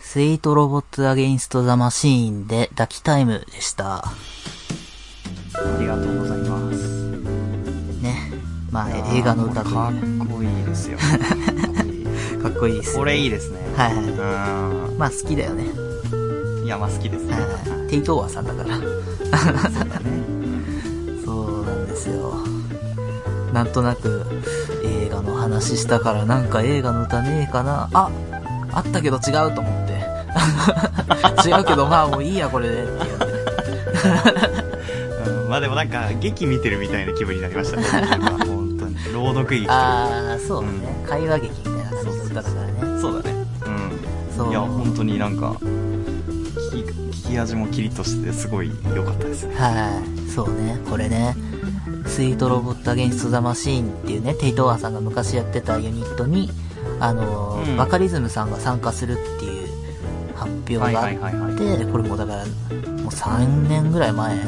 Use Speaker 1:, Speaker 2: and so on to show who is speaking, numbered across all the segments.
Speaker 1: スイートロボットアゲインストザマシーンで抱きタイムでした。
Speaker 2: ありがとうございます。
Speaker 1: ね。まあ、
Speaker 2: いや
Speaker 1: え
Speaker 2: ー
Speaker 1: 映画の歌と
Speaker 2: も
Speaker 1: いう
Speaker 2: うかっこいいです よ。
Speaker 1: かっこいいです。
Speaker 2: これいいですね。
Speaker 1: はいはい。
Speaker 2: う
Speaker 1: まあ好きだよね。
Speaker 2: ん。いや、まあ好きですね。
Speaker 1: はい。テイトーワさんだから。
Speaker 2: そうだね
Speaker 1: そうなんですよ。なんとなく映画の話したからなんか映画の歌ねえかな。あ、あったけど違うと思って。 違うけどまあもういいやこれでっていうね。
Speaker 2: うんまあでもなんか、劇見てるみたいな気分になりま したね。まあ本当に。朗読劇とか。
Speaker 1: あー、そうだね。会話劇みたいな感じの歌だからね。
Speaker 2: そうだね。うん。
Speaker 1: そう。
Speaker 2: いや、本当になんか、聞き、聞き味もキリッとして、すごい良かったですね。
Speaker 1: はい。そうね。これね。スイートロボットアゲンストザマシーンっていうね、テイトワーさんが昔やってたユニットに、あのー
Speaker 2: うん
Speaker 1: バカリズムさんが参加するっていう発表があって、
Speaker 2: はいはいはい
Speaker 1: これもうだから、もう3年ぐらい前も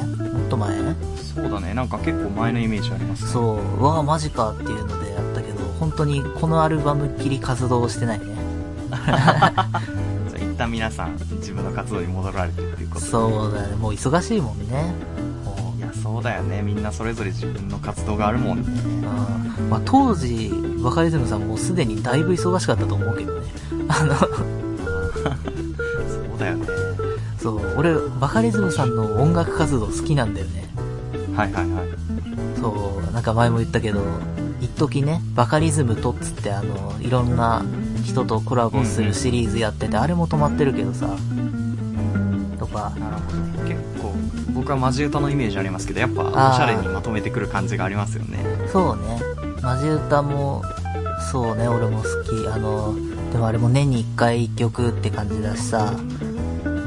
Speaker 1: っと前
Speaker 2: そうだね。なんか結構前のイメージありますね。う。
Speaker 1: そう、うわあマジかっていうのでやったけど、本当にこのアルバムっきり活動してないね。
Speaker 2: じゃあ一旦皆さん、自分の活動に戻られてるっていうことで
Speaker 1: そうだね、もう忙しいもんね。もう
Speaker 2: いや、そうだよね。みんなそれぞれ自分の活動があるもんね。
Speaker 1: うんまあ、当時、バカリズムさんもすでにだいぶ忙しかったと思うけどね。あの、
Speaker 2: そうだよね。
Speaker 1: そう、俺、バカリズムさんの音楽活動好きなんだよね。
Speaker 2: はいはいはい。
Speaker 1: そう、なんか前も言ったけど、一時ね、バカリズムとっつってあの、いろんな人とコラボするシリーズやってて、あれも止まってるけどさ、とか、
Speaker 2: なるほど。結構、僕はマジ歌のイメージありますけど、やっぱ、
Speaker 1: あー
Speaker 2: おしゃれにまとめてくる感じがありますよね。
Speaker 1: そうね、マジ歌も、そうね、俺も好き。あの、でもあれも年に一回一曲って感じだしさ、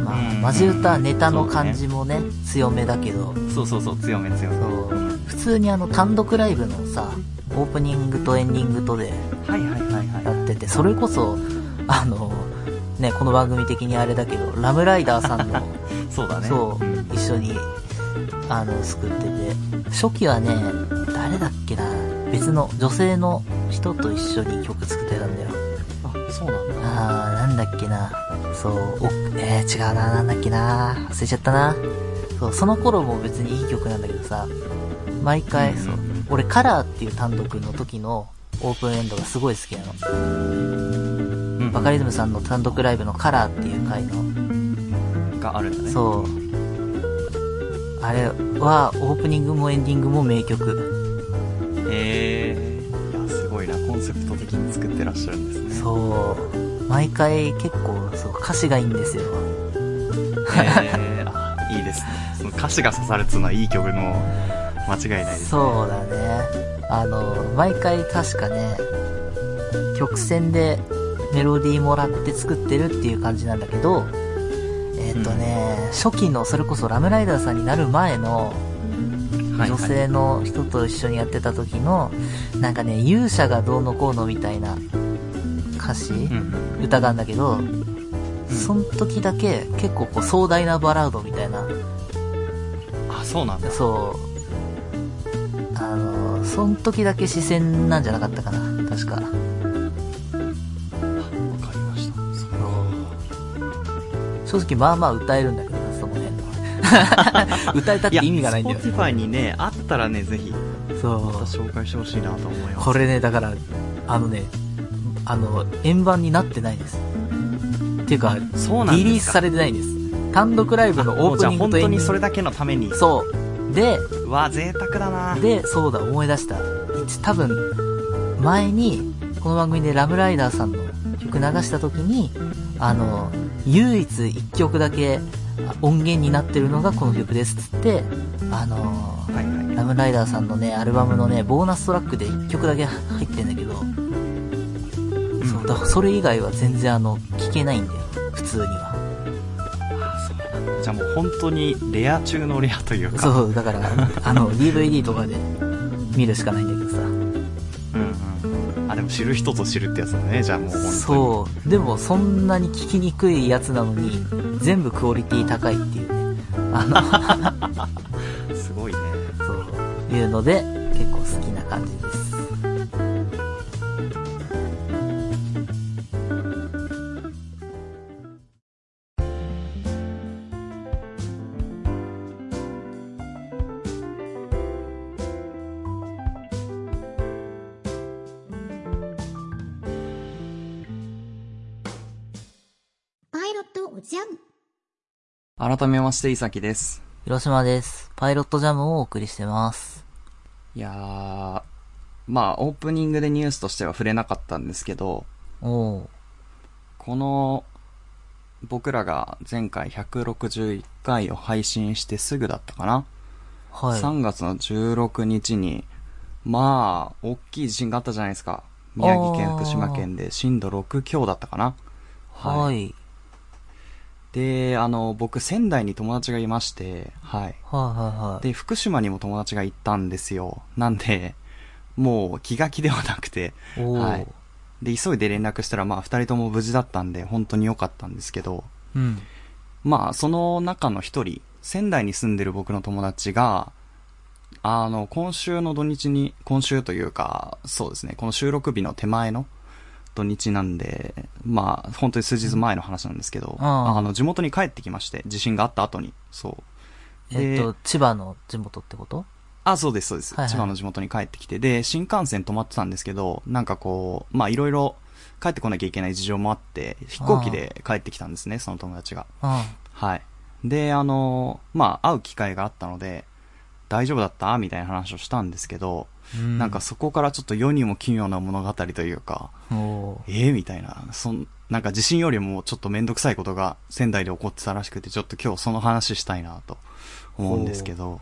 Speaker 1: まあ、
Speaker 2: うん
Speaker 1: マジ歌はネタの感じもね、強めだけど、
Speaker 2: そうそうそう、強め強め。
Speaker 1: そう、普通にあの単独ライブのさ、オープニングとエンディングとで
Speaker 2: はいはいはいは
Speaker 1: やってて、それこそ、あの、ね、この番組的にあれだけど、ラムライダーさんの、
Speaker 2: い。そうだね。
Speaker 1: そう
Speaker 2: うん、
Speaker 1: 一緒に、あの、作ってて、初期はね、誰だっけな、別の女性の人と一緒に曲作ってたんだよ。
Speaker 2: あ、そうなんだ。
Speaker 1: あー、なんだっけな。そう、お、えー、違うな、なんだっけな。忘れちゃったな。そう、その頃も別にいい曲なんだけどさ、毎回、そう、俺、カラーっていう単独の時のオープンエンドがすごい好きなの。
Speaker 2: うん
Speaker 1: バカリズムさんの単独ライブのカラーっていう回の、
Speaker 2: があるんだね。う。
Speaker 1: そう。あれは、オープニングもエンディングも名曲。
Speaker 2: へえ。いや、すごいな。コンセプト的に作ってらっしゃるん ですね。
Speaker 1: そう。毎回結構、そう、歌詞がいいんですよ。
Speaker 2: へーあいいですね。その歌詞が刺さるっていうのはいい曲の間違いないですね。
Speaker 1: そうだね。あの、毎回確かね、曲線でメロディーもらって作ってるっていう感じなんだけど、えっ、とね、初期のそれこそラムライダーさんになる前の
Speaker 2: はい
Speaker 1: 女
Speaker 2: はい
Speaker 1: 性の人と一緒にやってた時の、なんかね、勇者がどうのこうのみたいな歌詞、
Speaker 2: うん
Speaker 1: 歌があんだけど、その時だけ結構こう壮大なバラードみたいな
Speaker 2: うん。あ、そうなんだ。
Speaker 1: そう。あの、その時だけ視線なんじゃなかったかな。確か。
Speaker 2: わかりました。そう
Speaker 1: 正直、まあまあ歌えるんだけどな、その辺 の。歌えたって意味がないんだよ
Speaker 2: スポ
Speaker 1: ね
Speaker 2: ティ。ファイにね、あったらね、ぜひ、
Speaker 1: そう。
Speaker 2: 紹介してほしいなと思います。
Speaker 1: これね、だから、あのね、あの、円盤になってないです。っていうか、
Speaker 2: そうなんですか
Speaker 1: リリースされてないんです。単独ライブの
Speaker 2: も
Speaker 1: オ
Speaker 2: う
Speaker 1: ー
Speaker 2: じ
Speaker 1: プ
Speaker 2: ゃあ
Speaker 1: ニング
Speaker 2: 本
Speaker 1: とエ
Speaker 2: 当
Speaker 1: ンディ
Speaker 2: に
Speaker 1: ン
Speaker 2: そ
Speaker 1: グ。
Speaker 2: れだけのために。
Speaker 1: そう。で、
Speaker 2: うわ、贅沢だな
Speaker 1: で、そうだ、思い出した。一多分、前に、この番組でラムライダーさんの曲流した時に、あの、唯一一曲だけあ音源になってるのがこの曲ですっつって、あの、
Speaker 2: はいはい。
Speaker 1: ラムライダーさんのね、アルバムのね、ボーナストラックで一曲だけ入ってんだけど、そうだ、それ以外は全然あの、聴けないんだよ。普通には。
Speaker 2: じゃあもう本当にレア中のレアというか。
Speaker 1: そう、だから、あの、DVD とかで見るしかないんだけどさ。
Speaker 2: うんうん。あ、でも知る人と知るってやつだね。じゃあもう本当に。
Speaker 1: そう。でもそんなに聞きにくいやつなのに、全部クオリティ高いっていうね。あ
Speaker 2: う。すごいね。
Speaker 1: の、そう。いうので、結構好きな感じです。
Speaker 3: トジャム。
Speaker 2: 改めまして、いさきです。
Speaker 1: 広島です。パイロットジャムをお送りしてます。
Speaker 2: いやー、まあ、オープニングでニュースとしては触れなかったんですけど、
Speaker 1: おー。
Speaker 2: この、僕らが前回161回を配信してすぐだったかな、
Speaker 1: はい。
Speaker 2: ?3 月の16日に、まあ、大きい地震があったじゃないですか。宮城
Speaker 1: あ
Speaker 2: 県、
Speaker 1: ー
Speaker 2: 福島県で震度6強だったかな。
Speaker 1: はいい。
Speaker 2: で、あの、僕、仙台に友達がいまして、はい。
Speaker 1: はいはいはい。
Speaker 2: で、福島にも友達が行ったんですよ。なんで、もう気が気ではなくて、
Speaker 1: おー、
Speaker 2: はいで、急いで連絡したら、まあ、二人とも無事だったんで、本当に良かったんですけど、
Speaker 1: うん。
Speaker 2: まあ、その中の一人、仙台に住んでる僕の友達が、あの、今週の土日に、今週というか、そうですね、この収録日の手前の土日なんで、まあ、本当に数日前の話なんですけど、
Speaker 1: うんああ
Speaker 2: あの、地元に帰ってきまして、地震があった後に、そう。
Speaker 1: え
Speaker 2: で
Speaker 1: っと、千葉の地元ってこと
Speaker 2: あ、そうです、そうです、
Speaker 1: はいはい
Speaker 2: 千葉の地元に帰ってきて、で、新幹線止まってたんですけど、なんかこう、まあいろいろ帰ってこなきゃいけない事情もあって、飛行機で帰ってきたんですね、その友達が。
Speaker 1: うん。
Speaker 2: はい。で、あの、まあ会う機会があったので、大丈夫だったみたいな話をしたんですけど、
Speaker 1: うん
Speaker 2: なんか、そこからちょっと世にも奇妙な物語というか、
Speaker 1: おー。
Speaker 2: ええみたいな、そん、なんか地震よりもちょっとめんどくさいことが仙台で起こってたらしくて、ちょっと今日その話したいなと思うんですけど、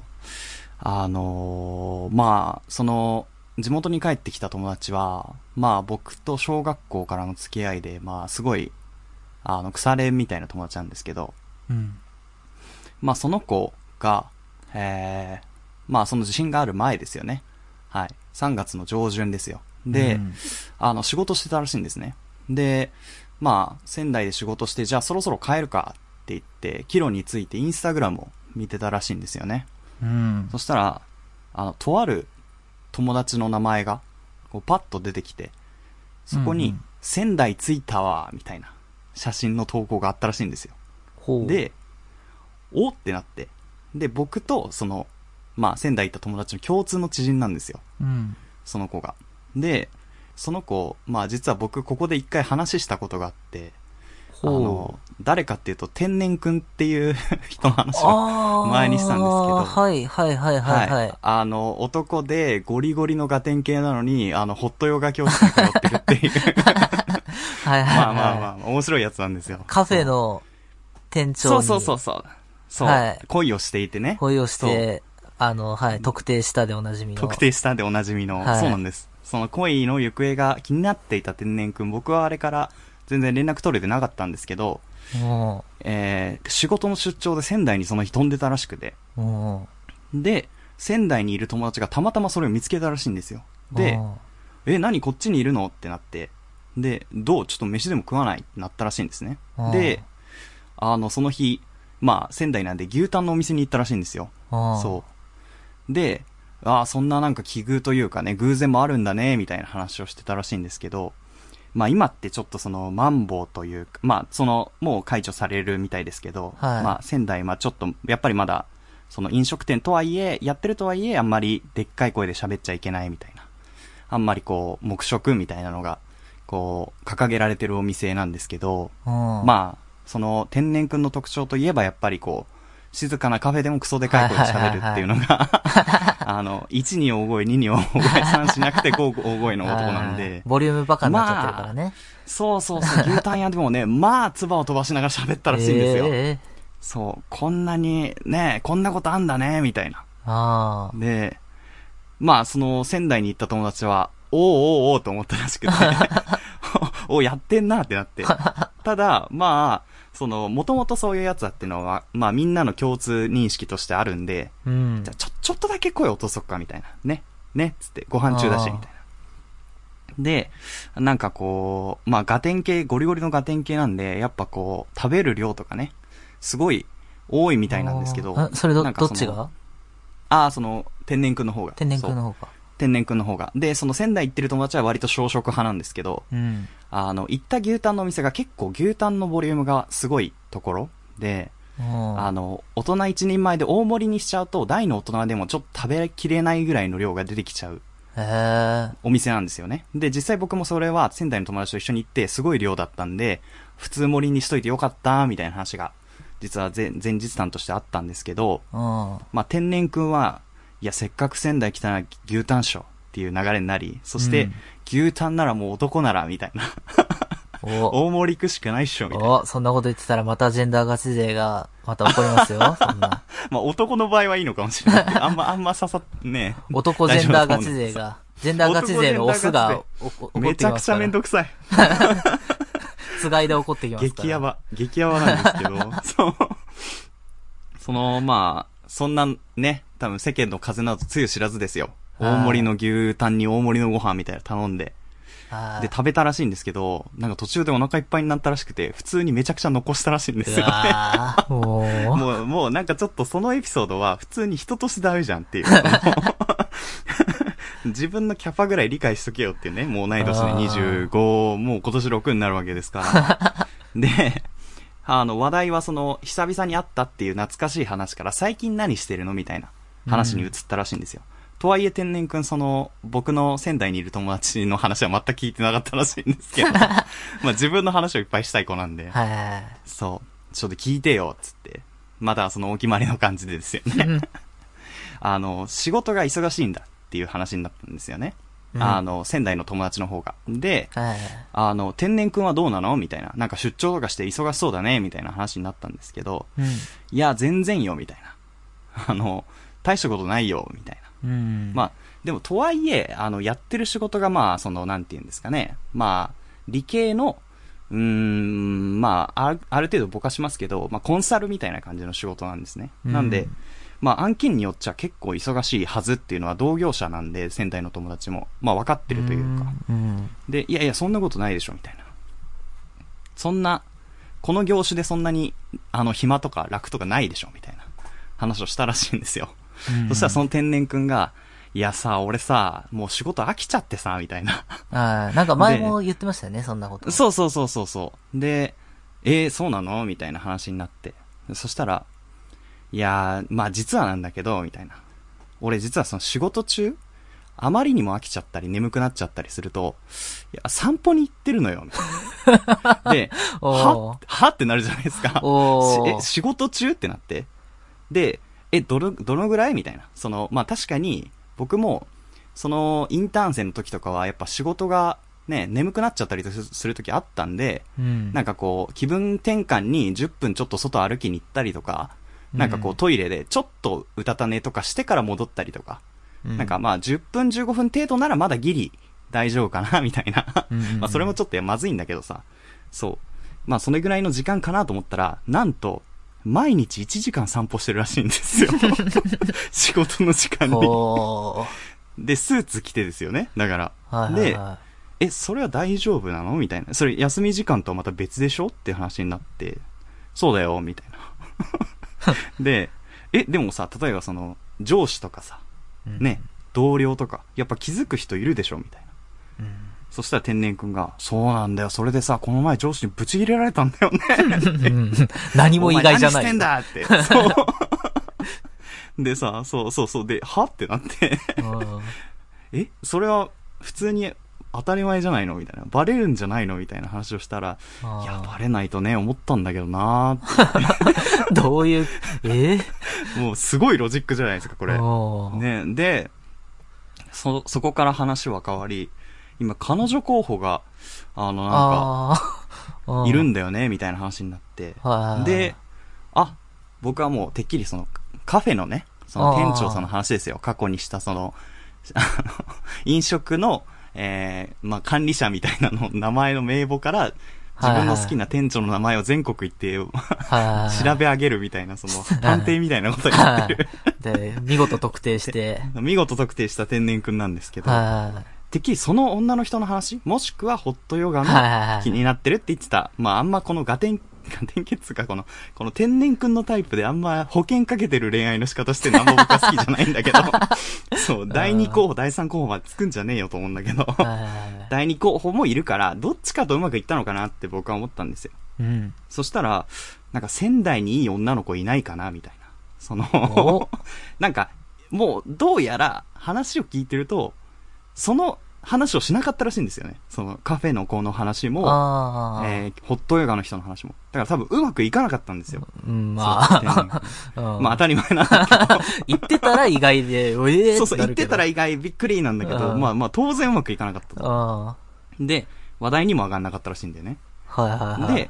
Speaker 2: あのーまあ、その、地元に帰ってきた友達は、まあ僕と小学校からの付き合いで、まあすごい、あの、腐れ縁みたいな友達なんですけど、
Speaker 1: うん。
Speaker 2: まあその子が、えー、まあその地震がある前ですよね。はい。3月の上旬ですよ。で、
Speaker 1: うん
Speaker 2: あの、仕事してたらしいんですね。で、まあ、仙台で仕事して、じゃあそろそろ帰るかって言って、帰路についてインスタグラムを見てたらしいんですよね。
Speaker 1: うん。
Speaker 2: そしたら、あの、とある友達の名前が、こうパッと出てきて、そこ
Speaker 1: うん
Speaker 2: に
Speaker 1: うん、
Speaker 2: 仙台着いたわ、みたいな写真の投稿があったらしいんですよ。
Speaker 1: ほう、
Speaker 2: で、おってなって。で、僕と、その、まあ、仙台行った友達の共通の知人なんですよ。
Speaker 1: うん。
Speaker 2: その子が。で、その子、まあ実は僕ここで一回話したことがあって、あ
Speaker 1: ほう。
Speaker 2: の、誰かっていうと天然くんっていう 人の話を。
Speaker 1: あー
Speaker 2: 前にしたんですけど
Speaker 1: はいはいはいはいはい。
Speaker 2: あの、男でゴリゴリのガテン系なのに、あの、ホットヨガ教室に通ってるって いう。
Speaker 1: はいはいはい。
Speaker 2: まあまあまあ、面白いやつなんですよ。
Speaker 1: カフェの店長
Speaker 2: そう
Speaker 1: に
Speaker 2: そうそうそう。そう、
Speaker 1: はい
Speaker 2: 恋をしていてね。
Speaker 1: 恋をし
Speaker 2: そう
Speaker 1: て、あの、はい、特定したでおなじみの。
Speaker 2: 特定したでおなじみの、
Speaker 1: はい
Speaker 2: そうなんです。その恋の行方が気になっていた天然くん、僕はあれから全然連絡取れてなかったんですけど、
Speaker 1: も
Speaker 2: えー仕事の出張で仙台にその日飛んでたらしくて。
Speaker 1: う、も
Speaker 2: で、仙台にいる友達がたまたまそれを見つけたらしいんですよ。
Speaker 1: う、
Speaker 2: で、
Speaker 1: も
Speaker 2: え、何こっちにいるのってなって。で、どうちょっと飯でも食わないってなったらしいんですね
Speaker 1: うん。
Speaker 2: で、あの、その日、まあ、仙台なんで牛タンのお店に行ったらしいんですよ。
Speaker 1: う、もう
Speaker 2: そう。で、ああ、そんななんか奇遇というかね、偶然もあるんだね、みたいな話をしてたらしいんですけど、まあ今ってちょっとその、マンボウというか、まあその、もう解除されるみたいですけど、
Speaker 1: はい
Speaker 2: まあ仙台はちょっと、やっぱりまだ、その飲食店とはいえ、やってるとはいえ、あんまりでっかい声で喋っちゃいけないみたいな。あんまりこう、黙食みたいなのが、こう、掲げられてるお店なんですけど、
Speaker 1: うん、あ、
Speaker 2: まあ、その天然くんの特徴といえばやっぱりこう、静かなカフェでもクソでかい声で喋るっていうのが、 あの、1に大声、2に大声、3しなくて5大声の男なんで、
Speaker 1: ボリュームバカになっちゃってるからね。
Speaker 2: そうそうそう、牛タン屋でもね、 まあ、唾を飛ばしながら喋ったらしいんですよ。
Speaker 1: ええ
Speaker 2: そう、こんなに、ね、こんなことあんだね、みたいな。
Speaker 1: ああ。
Speaker 2: で、まあ、その、仙台に行った友達は、おうおうおうと思ったらしくて、 おお、やってんなって なって。ただ、まあ、その、もともとそういうやつだっていうのは、まあ、みんなの共通認識としてあるんで、
Speaker 1: うん
Speaker 2: じゃ。あちょ、ちょっとだけ声落とそっか、みたいな。ね。ね。つって、ご飯中だし、
Speaker 1: あー
Speaker 2: みたいな。で、なんかこう、まあ、ガテン系、ゴリゴリのガテン系なんで、やっぱこう、食べる量とかね、すごい多いみたいなんですけど
Speaker 1: あ。それど、
Speaker 2: なんか
Speaker 1: ど
Speaker 2: そ
Speaker 1: っ
Speaker 2: の
Speaker 1: ちが
Speaker 2: ああ、その、天然くんの方が。
Speaker 1: 天然くん
Speaker 2: そう
Speaker 1: の方か。
Speaker 2: 天然くんの方が。で、その仙台行ってる友達は割と小食派なんですけど、
Speaker 1: うん。
Speaker 2: あの、行った牛タンのお店が結構牛タンのボリュームがすごいところで、
Speaker 1: うん
Speaker 2: あの、大人一人前で大盛りにしちゃうと、大の大人でもちょっと食べきれないぐらいの量が出てきちゃう
Speaker 1: へえ。
Speaker 2: お店なんですよね。で、実際僕もそれは仙台の友達と一緒に行って、すごい量だったんで、普通盛りにしといてよかった、みたいな話が、実は前前日談としてあったんですけど、
Speaker 1: うん。
Speaker 2: まあ、天然くんは、いや、せっかく仙台来たなら牛タンショーっていう流れになり、そして、
Speaker 1: うん
Speaker 2: 牛タンならもう男なら、みたいな。
Speaker 1: お
Speaker 2: 大盛り食うしかないっしょ、みたいな。
Speaker 1: お、そんなこと言ってたらまたジェンダーガチ勢が、また怒りますよ、そんな。
Speaker 2: まあ、男の場合はいいのかもしれないけど、あんま、あんま刺さってね。
Speaker 1: 男ジェンダーガチ勢が、ジェンダーガチ勢のオスがおこ怒
Speaker 2: め
Speaker 1: っ
Speaker 2: ち
Speaker 1: てき
Speaker 2: ゃ
Speaker 1: ま
Speaker 2: く
Speaker 1: す
Speaker 2: ち
Speaker 1: か
Speaker 2: ゃ
Speaker 1: ら。
Speaker 2: めんどくさい。
Speaker 1: つがいで怒ってきますから。
Speaker 2: 激ヤバ、激ヤバなんですけ ど、そう。その、まあ、そんなね、多分世間の風などつゆ知らずですよ。
Speaker 1: はい
Speaker 2: 大盛りの牛タンに大盛りのご飯みたいなの頼んで。
Speaker 1: はい。
Speaker 2: で、食べたらしいんですけど、なんか途中でお腹いっぱいになったらしくて、普通にめちゃくちゃ残したらしいんです
Speaker 1: う
Speaker 2: よ。
Speaker 1: わーも
Speaker 2: もう、もうなんかちょっとそのエピソードは普通に人としてダメじゃんっていう。 もう自分のキャパぐらい理解しとけよっていうね、もう同い年で25、もう今年6になるわけです から。で、あの話題はその久々に会ったっていう懐かしい話から最近何してるのみたいな話に移ったらしいんですよ。とはいえ天然くんその僕の仙台にいる友達の話は全く聞いてなかったらしいんですけ ど、まあ自分の話をいっぱいしたい子なんで
Speaker 1: う。。は
Speaker 2: そう。ちょっと聞いてよ、つって。まだそのお決まりの感じでですよ
Speaker 1: い。
Speaker 2: ね。
Speaker 1: うん
Speaker 2: あの、仕事が忙しいんだっていう話になったんですよね。
Speaker 1: うん
Speaker 2: あの、仙台の友達の方が。で、
Speaker 1: はい。
Speaker 2: あの、天然くんはどうなのみたいな。なんか出張とかして忙しそうだね、みたいな話になったんですけど、
Speaker 1: う
Speaker 2: いや、全然よ、みたいな。あの、大したことないよ、みたいな。
Speaker 1: ん。うん。
Speaker 2: まあ、でもとはいえ、あの、やってる仕事がまあ、その、なんて言うんですかね。まあ、理系の、うーん、まあ、あるある程度ぼかしますけど、まあ、コンサルみたいな感じの仕事なんですね。
Speaker 1: うん
Speaker 2: なんで、まあ、案件によっちゃ結構忙しいはずっていうのは同業者なんで、仙台の友達も、まあ、分かってるというか。
Speaker 1: うん。
Speaker 2: で、いやいや、そんなことないでしょ、みたいな。そんな、この業種でそんなに、あの、暇とか楽とかないでしょ、みたいな話をしたらしいんですよ。
Speaker 1: うん
Speaker 2: そしたらその天然くんが、いやさ、俺さ、もう仕事飽きちゃってさ、みた いな。
Speaker 1: はい。なんか前も言ってましたよね、そんなこと。
Speaker 2: そうそうそうそうそう。で、えー、そうなのみたいな話になって。そしたら、いやー、まあ実はなんだけど、みたいな。俺実はその仕事中、あまりにも飽きちゃったり眠くなっちゃったりすると、いや、散歩に行ってるのよ、みた いな。で、
Speaker 1: お
Speaker 2: は
Speaker 1: ー
Speaker 2: はってなるじゃないですか。
Speaker 1: おー
Speaker 2: しえ、仕事中ってなって。で、え、どの、どのぐらいみたいな。その、まあ、確かに、僕も、その、インターン生の時とかは、やっぱ仕事が、ね、眠くなっちゃったりすする時あったんで、
Speaker 1: うん。
Speaker 2: なんかこう、気分転換に10分ちょっと外歩きに行ったりとか、なんかこ
Speaker 1: う
Speaker 2: うんトイレでちょっとうたた寝とかしてから戻ったりとか、
Speaker 1: う
Speaker 2: なんか、まあ10分15分程度ならまだギリ大丈夫かな、みたいな。
Speaker 1: うんうんうん
Speaker 2: まあそれもちょっとまずいんだけどさ。そう。まあそれぐらいの時間かなと思ったら、なんと、毎日1時間散歩してるらしいんで すよ。仕事の時間に。
Speaker 1: おー
Speaker 2: で、スーツ着てですよね。だから。
Speaker 1: はいはい
Speaker 2: で、
Speaker 1: は
Speaker 2: え、それは大丈夫なのみたいな。それ休み時間とはまた別でしょって話になって、そうだよ、みたいな。 で、え、でもさ、例えばその、上司とかさ、
Speaker 1: いうん
Speaker 2: ね、同僚とか、やっぱ気づく人いるでしょみたいな。
Speaker 1: うん
Speaker 2: そしたら天然くんが、そうなんだよ、それでさ、この前上司にブチ切れられたんだよ ね。
Speaker 1: うん何も意外じゃな
Speaker 2: お前何して
Speaker 1: い
Speaker 2: ん。だって。そう。 でさ、そうそうそう、で、はってなって、
Speaker 1: うん
Speaker 2: え、それは普通に当たり前じゃないのみたいな。バレるんじゃないのみたいな話をしたら、
Speaker 1: あー
Speaker 2: いや、バレないとね、思ったんだけどなーって
Speaker 1: どういう、え
Speaker 2: もうすごいロジックじゃないですか、これ。
Speaker 1: おー
Speaker 2: ね、で、そ、そこから話は変わり、今、彼女候補が、あの、なん
Speaker 1: あ
Speaker 2: か、
Speaker 1: ー
Speaker 2: いるんだよね、みたいな話になって。
Speaker 1: はい
Speaker 2: で、あ、僕はもう、てっきりその、カフェのね、その店長さんの話ですよ。過去にした、その、 あの、飲食の、えー、まあ、管理者みたいなの、名前の名簿から、自分の好きな店長の名前を全国行って、
Speaker 1: はい
Speaker 2: 調べ上げるみたい な、その、探偵みたいなことやってる。
Speaker 1: で、見事特定して、
Speaker 2: 見事特定した天然くんなんですけど、
Speaker 1: は
Speaker 2: てっきりその女の人の話、もしくはホットヨガ
Speaker 1: は
Speaker 2: の
Speaker 1: い
Speaker 2: 気になってるって言ってた。まああんまこのガテン、ガテンケツかこの、この天然くんのタイプであんま保険かけてる恋愛の仕方してなんも僕は好きじゃないんだけど、そう、第2候補、第3候補までつくんじゃねえよと思うんだけど、
Speaker 1: い。は
Speaker 2: 第2候補もいるから、どっちかとうまくいったのかなって僕は思ったんですよ。
Speaker 1: い。うん。
Speaker 2: そしたら、なんか仙台にいい女の子いないかなみたいな。その
Speaker 1: お、
Speaker 2: なんか、もうどうやら話を聞いてると、その話をしなかったらしいんですよね。そのカフェの子の話も、
Speaker 1: ああ。
Speaker 2: えー、ホットヨガの人の話も。だから多分うまくいかなかったんですよ。
Speaker 1: うん、ま
Speaker 2: そう
Speaker 1: あ。
Speaker 2: うん
Speaker 1: うん
Speaker 2: まあ当たり前なんだけど。
Speaker 1: 言ってたら意外で、おえー
Speaker 2: そうそう、言ってたら
Speaker 1: いい。
Speaker 2: 意外びっくりなんだけど、
Speaker 1: うん
Speaker 2: まあまあ当然うまくいかなかったと。
Speaker 1: あ
Speaker 2: で、話題にも上がんなかったらしいんだよね。
Speaker 1: あ。はいはいはい。
Speaker 2: で、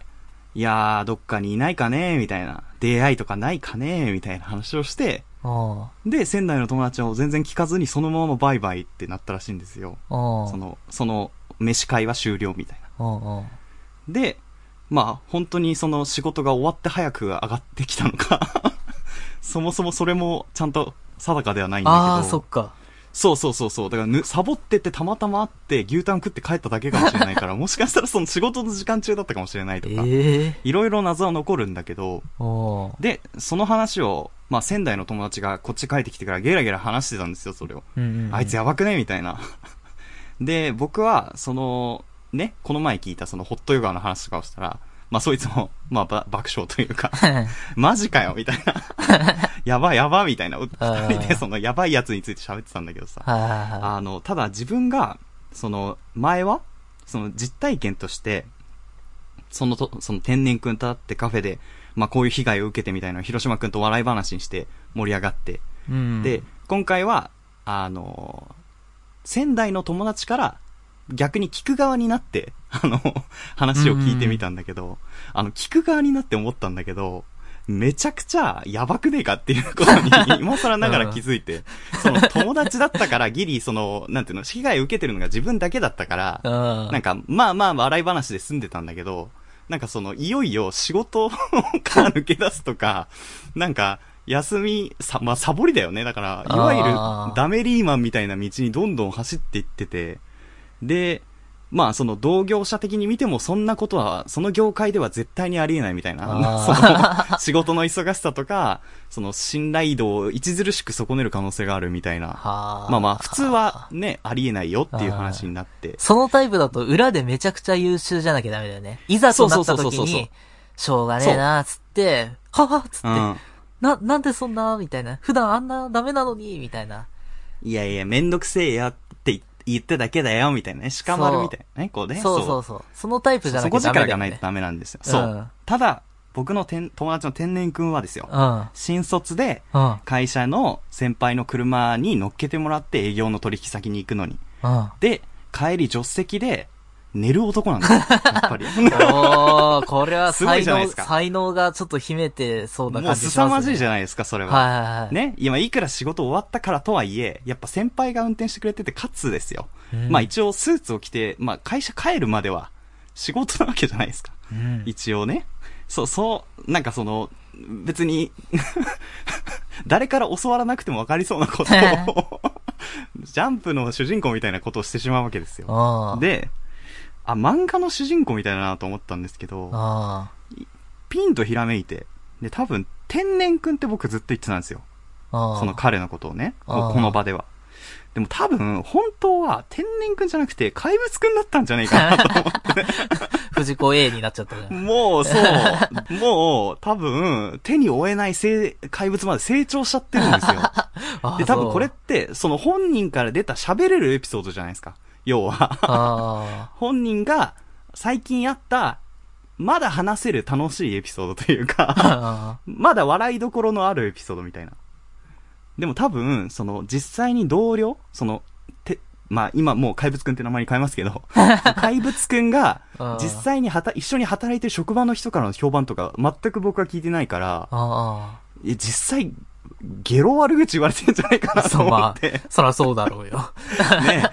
Speaker 2: いやー、どっかにいないかねみたいな。出会いとかないかねみたいな話をして、
Speaker 1: あ
Speaker 2: で、仙台の友達を全然聞かずにそのままバイバイってなったらしいんですよ。
Speaker 1: あ。ああ。
Speaker 2: その、その、飯会は終了みたいな。
Speaker 1: うんうん。
Speaker 2: で、まあ、本当にその仕事が終わって早く上がってきたのか、 そもそもそれもちゃんと定かではないんだけど。
Speaker 1: ああ、そっか。
Speaker 2: そうそうそうそう。だからぬ、サボっててたまたま会って牛タン食って帰っただけかもしれな いから、もしかしたらその仕事の時間中だったかもしれないとか、
Speaker 1: ええ
Speaker 2: いろいろ謎は残るんだけど、
Speaker 1: おー
Speaker 2: で、その話を、まあ、仙台の友達がこっち帰ってきてからゲラゲラ話してたんですよ、それを。
Speaker 1: うんうん。
Speaker 2: あ いつやばくねみたいな。 で、僕は、その、ね、この前聞いたそのホットヨガの話とかをしたら、まあ、そいつも、まあ、ば爆笑というか、 マジかよみ たいな。やばいやばみたいな。二
Speaker 1: ー
Speaker 2: 人でそのやばいやつについて喋ってたんだけどさ。
Speaker 1: はいはいは
Speaker 2: あの、ただ自分が、その、前は、その実体験として、そのと、その天然くんと会ってカフェで、まあこういう被害を受けてみたいなのを広島くんと笑い話にして盛り上がって、
Speaker 1: い。うん。
Speaker 2: で、、今回は、あの、仙台の友達から逆に聞く側になって、 あの、話を聞いてみたんだけど、あの、聞く側になって思ったんだけど、めちゃくちゃやばくねえかっていうこと に今更ながら気づいて、その友達だったからギリ、その、なんていうの、被害を受けてるのが自分だけだったから、
Speaker 1: うん。
Speaker 2: なんか、まあまあ笑い話で済んでたんだけど、なんかその、いよいよ仕事 から抜け出すとか、なんか、休み、さ、まあサボりだよね。だから、いわ
Speaker 1: あ
Speaker 2: ゆ
Speaker 1: ー
Speaker 2: るダメリーマンみたいな道にどんどん走っていってて、で、まあその同業者的に見てもそんなことは、その業界では絶対にありえないみたいな
Speaker 1: あ、
Speaker 2: その仕事の忙しさとか、その信頼度を著しく損ねる可能性があるみたいな。
Speaker 1: は
Speaker 2: まあまあ普通。はね、ありえないよっていう話になって。
Speaker 1: そのタイプだと裏でめちゃくちゃ優秀じゃなきゃダメだよね。いざとなった
Speaker 2: そうそう
Speaker 1: 時
Speaker 2: そうそうそう
Speaker 1: に、しょうがねえなーつって、ははっつって、
Speaker 2: うん。
Speaker 1: な、なんでそんなみたいな。普段あんなダメなのにみたいな。
Speaker 2: いやいや、めんどくせえよって言っただけだよ、みたいなね。鹿丸みたいなね、こうね。
Speaker 1: そうそうそう。そのタイプじゃ
Speaker 2: そ
Speaker 1: なき
Speaker 2: こ
Speaker 1: ゃダメ
Speaker 2: 力
Speaker 1: だ
Speaker 2: が
Speaker 1: よ
Speaker 2: ない
Speaker 1: ね
Speaker 2: と。ダメなんですよ。
Speaker 1: うん
Speaker 2: そう。ただ、僕のてん友達の天然くんはですよ。
Speaker 1: うん。
Speaker 2: 新卒で、
Speaker 1: うん。
Speaker 2: 会社の先輩の車に乗っけてもらって営業の取引先に行くのに。
Speaker 1: うん。
Speaker 2: で、帰り助手席で、寝る男なんで すよ。やっぱり。
Speaker 1: おー、これは
Speaker 2: すごい
Speaker 1: 才
Speaker 2: じゃない
Speaker 1: 能、
Speaker 2: ですか
Speaker 1: 才能がちょっと秘めてそうな
Speaker 2: も
Speaker 1: 感
Speaker 2: う
Speaker 1: じします、ね。
Speaker 2: 凄まじいじ
Speaker 1: ゃ
Speaker 2: ゃないですか、それは。
Speaker 1: はいはいはい。。
Speaker 2: ね、今いくら仕事終わったからとはいえ、やっぱ先輩が運転してくれてて、かつですよ。
Speaker 1: うん
Speaker 2: まあ一応スーツを着て、まあ会社帰るまでは仕事なわけじゃないですか。
Speaker 1: うん。
Speaker 2: 一応ね。そう、そう、なんかその、別に、 誰から教わらなくても分かりそうなことを、ジャンプの主人公みたいなことをしてしまうわけですよ。
Speaker 1: あー、
Speaker 2: で、あ、漫画の主人公みたいだなと思ったんですけど、
Speaker 1: あ
Speaker 2: ピンとひらめいて、で、多分、天然くんって僕ずっと言ってたんですよ。
Speaker 1: ーあー。
Speaker 2: その彼のことをね、
Speaker 1: あ
Speaker 2: こ
Speaker 1: ー
Speaker 2: この場では。でも多分、本当は天然くんじゃなくて怪物くんだったんじゃない かなと思って。
Speaker 1: 藤子 A になっちゃったじゃん。
Speaker 2: もう、そう、もう、多分、手に負えないせい怪物まで成長しちゃってるんですよ。
Speaker 1: あー
Speaker 2: で、多分これっ
Speaker 1: そう
Speaker 2: て、その本人から出た喋れるエピソードじゃないですか。要は。
Speaker 1: あ
Speaker 2: 本人が最近あった、まだ話せる楽しいエピソードというか
Speaker 1: ー。 あ
Speaker 2: まだ笑いどころのあるエピソードみたいな。でも多分、その、実際に同僚、その、て、まあ今もう怪物くんって名前に変えますけ ど、怪物くんが
Speaker 1: あー、
Speaker 2: 実際にはた、一緒に働いてる職場の人からの評判とか、全く僕は聞いてないから
Speaker 1: ー、あ
Speaker 2: え実際、ゲロ悪口言われてるんじゃないか な
Speaker 1: ー。
Speaker 2: と
Speaker 1: そ
Speaker 2: 思
Speaker 1: ま
Speaker 2: っ
Speaker 1: あ
Speaker 2: て、、
Speaker 1: そらそうだろうよ。
Speaker 2: ね。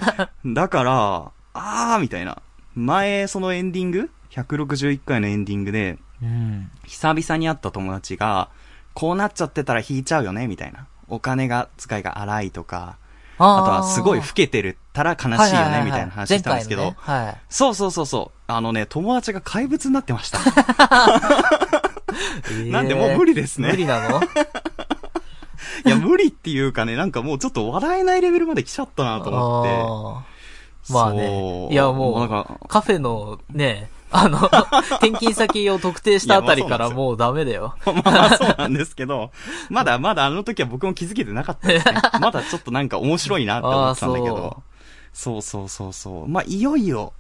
Speaker 2: だから、あーみたいな。前、そのエンディング ?161 回のエンディングで、
Speaker 1: うん。
Speaker 2: 久々に会った友達が、こうなっちゃってたら引いちゃうよね、みたいな。お金が、使いが荒いとか、
Speaker 1: あ
Speaker 2: あとはすごい老
Speaker 1: 深
Speaker 2: けてるったら悲しいよね、みたいな話したんですけど、
Speaker 1: はい。
Speaker 2: そうそうそうそう。あのね、友達が怪物になってました。
Speaker 1: えー
Speaker 2: なんでもう無理ですね
Speaker 1: 無理な の
Speaker 2: いや、無理っていうかね、なんかもうちょっと笑えないレベルまで来ちゃったなと思って。
Speaker 1: あーまあ
Speaker 2: そ
Speaker 1: ね。
Speaker 2: う
Speaker 1: いやもう、
Speaker 2: なんか、
Speaker 1: カフェのね、あ の、転勤先を特定したあたりから
Speaker 2: いやまあそうなんですよ
Speaker 1: もうダメだよ。
Speaker 2: まあそうなんですけど、ま だまだあの時は僕も気づけてなかったですね。まだちょっとなんか面白いなって思ってたんだけ
Speaker 1: あーそ
Speaker 2: ど。そうそうそうそう。まあ、いよいよ、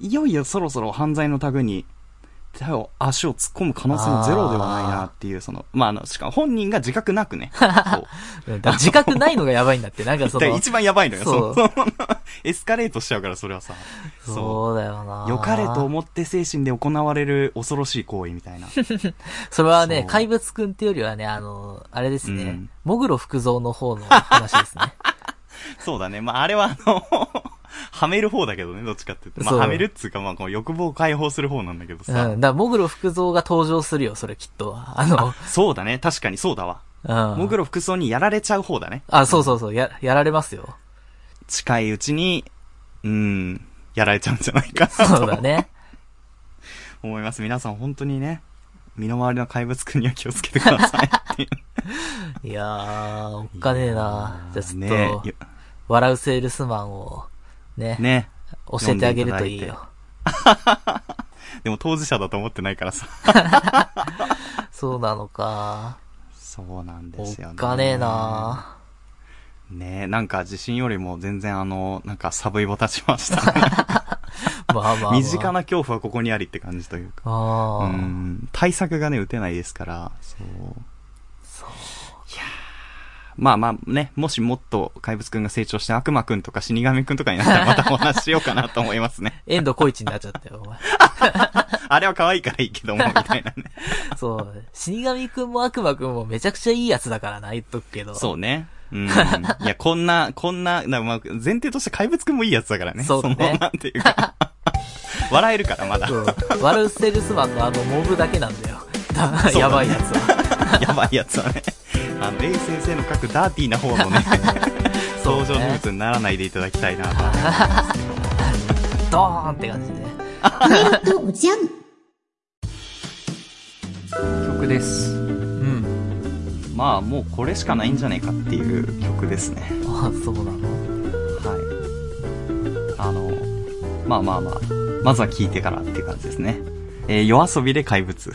Speaker 2: いよいよそろそろ犯罪のタグに、手を、足を突っ込む可能性もゼロではないなっていう、その、まあ、あの、しかも本人が自覚なく ね。こ
Speaker 1: うんだから自覚ないのがやばいんだって、なんか
Speaker 2: う
Speaker 1: そ
Speaker 2: だから
Speaker 1: の、
Speaker 2: 一番やばいのよ。
Speaker 1: そう
Speaker 2: その そのエスカレートしちゃうから、それはさ。そ
Speaker 1: そうだよな
Speaker 2: う。良かれと思って精神で行われる恐ろしい行為みたいな。
Speaker 1: それはね
Speaker 2: そ、う
Speaker 1: 怪物くんっていうよりはね、あの、あれですね、
Speaker 2: うん
Speaker 1: もぐろ福蔵の方の話ですね。
Speaker 2: そうだね。まあ、あれはあの、 はめる方だけどね、どっちかって言って。ま
Speaker 1: そ
Speaker 2: あ、
Speaker 1: う
Speaker 2: はめるっつうか、まあ、この欲望を解放する方なんだけど
Speaker 1: う
Speaker 2: さ。
Speaker 1: ん。だから、もぐろ福蔵が登場するよ、それきっと。あの、
Speaker 2: そうだね。確かにそうだわ。
Speaker 1: うん。
Speaker 2: もぐろ服装にやられちゃう方だね。
Speaker 1: あ、そうそうそう、や、やられます よ。
Speaker 2: 近いうちに、うん、やられちゃうんじゃないか な
Speaker 1: そう
Speaker 2: と
Speaker 1: だね。
Speaker 2: 思います。皆さん本当にね、身の回りの怪物くんには気をつけてくださいっていう。
Speaker 1: いやー、 おっかねえな。じゃあちょっと、
Speaker 2: ねよ
Speaker 1: 笑うセールスマンを、ね、
Speaker 2: ね。
Speaker 1: 教えてあげるといい
Speaker 2: 読んでいた
Speaker 1: よ。
Speaker 2: でも当事者だと思ってないからさ。
Speaker 1: そうなのか。
Speaker 2: そうなんで
Speaker 1: お
Speaker 2: すよね。
Speaker 1: っかねえ。な。
Speaker 2: ねなんか地震よりも全然あの、なんかサブイボ立ちましたね。
Speaker 1: まあまあ、まあ。
Speaker 2: 身近な恐怖はここにありって感じというか。
Speaker 1: あ
Speaker 2: う
Speaker 1: ー
Speaker 2: ん。対策がね、打てないですから、そう。
Speaker 1: そう
Speaker 2: まあまあね、もしもっと怪物くんが成長して悪魔くんとか死神くんとかになったらまたお話ししようかなと思います ね。
Speaker 1: 遠藤浩一になっちゃったよ、お前。
Speaker 2: あれは可愛いからいいけども、みたいな ね。
Speaker 1: そう。死神くんも悪魔くんもめちゃくちゃいいやつだからな、言っとくけど。
Speaker 2: そうね。うん。いや、こんな、こんな、なまあ、前提として怪物くんもいいやつだからね。
Speaker 1: そうだね
Speaker 2: のなんていうか。笑えるから、まだ
Speaker 1: そ。う。ワルセルスマンのあのモブだけなんだよ。だ
Speaker 2: そうだね
Speaker 1: やばいやつは。
Speaker 2: やばいやつはね。あの、A 先生の書くダーティーな方のね、
Speaker 1: そう
Speaker 2: 登場人
Speaker 1: ね。
Speaker 2: 物にならないでいただきたいなと。
Speaker 1: ドーンって感じで。
Speaker 3: 豆腐酱。
Speaker 2: 曲です。
Speaker 1: うん。
Speaker 2: まあ、もうこれしかないんじゃないかっていう曲ですね。
Speaker 1: あ、そうなの
Speaker 2: はい。あの、まあまあまあ、まずは聞いてからっていう感じですね。えー、夜遊びで怪物。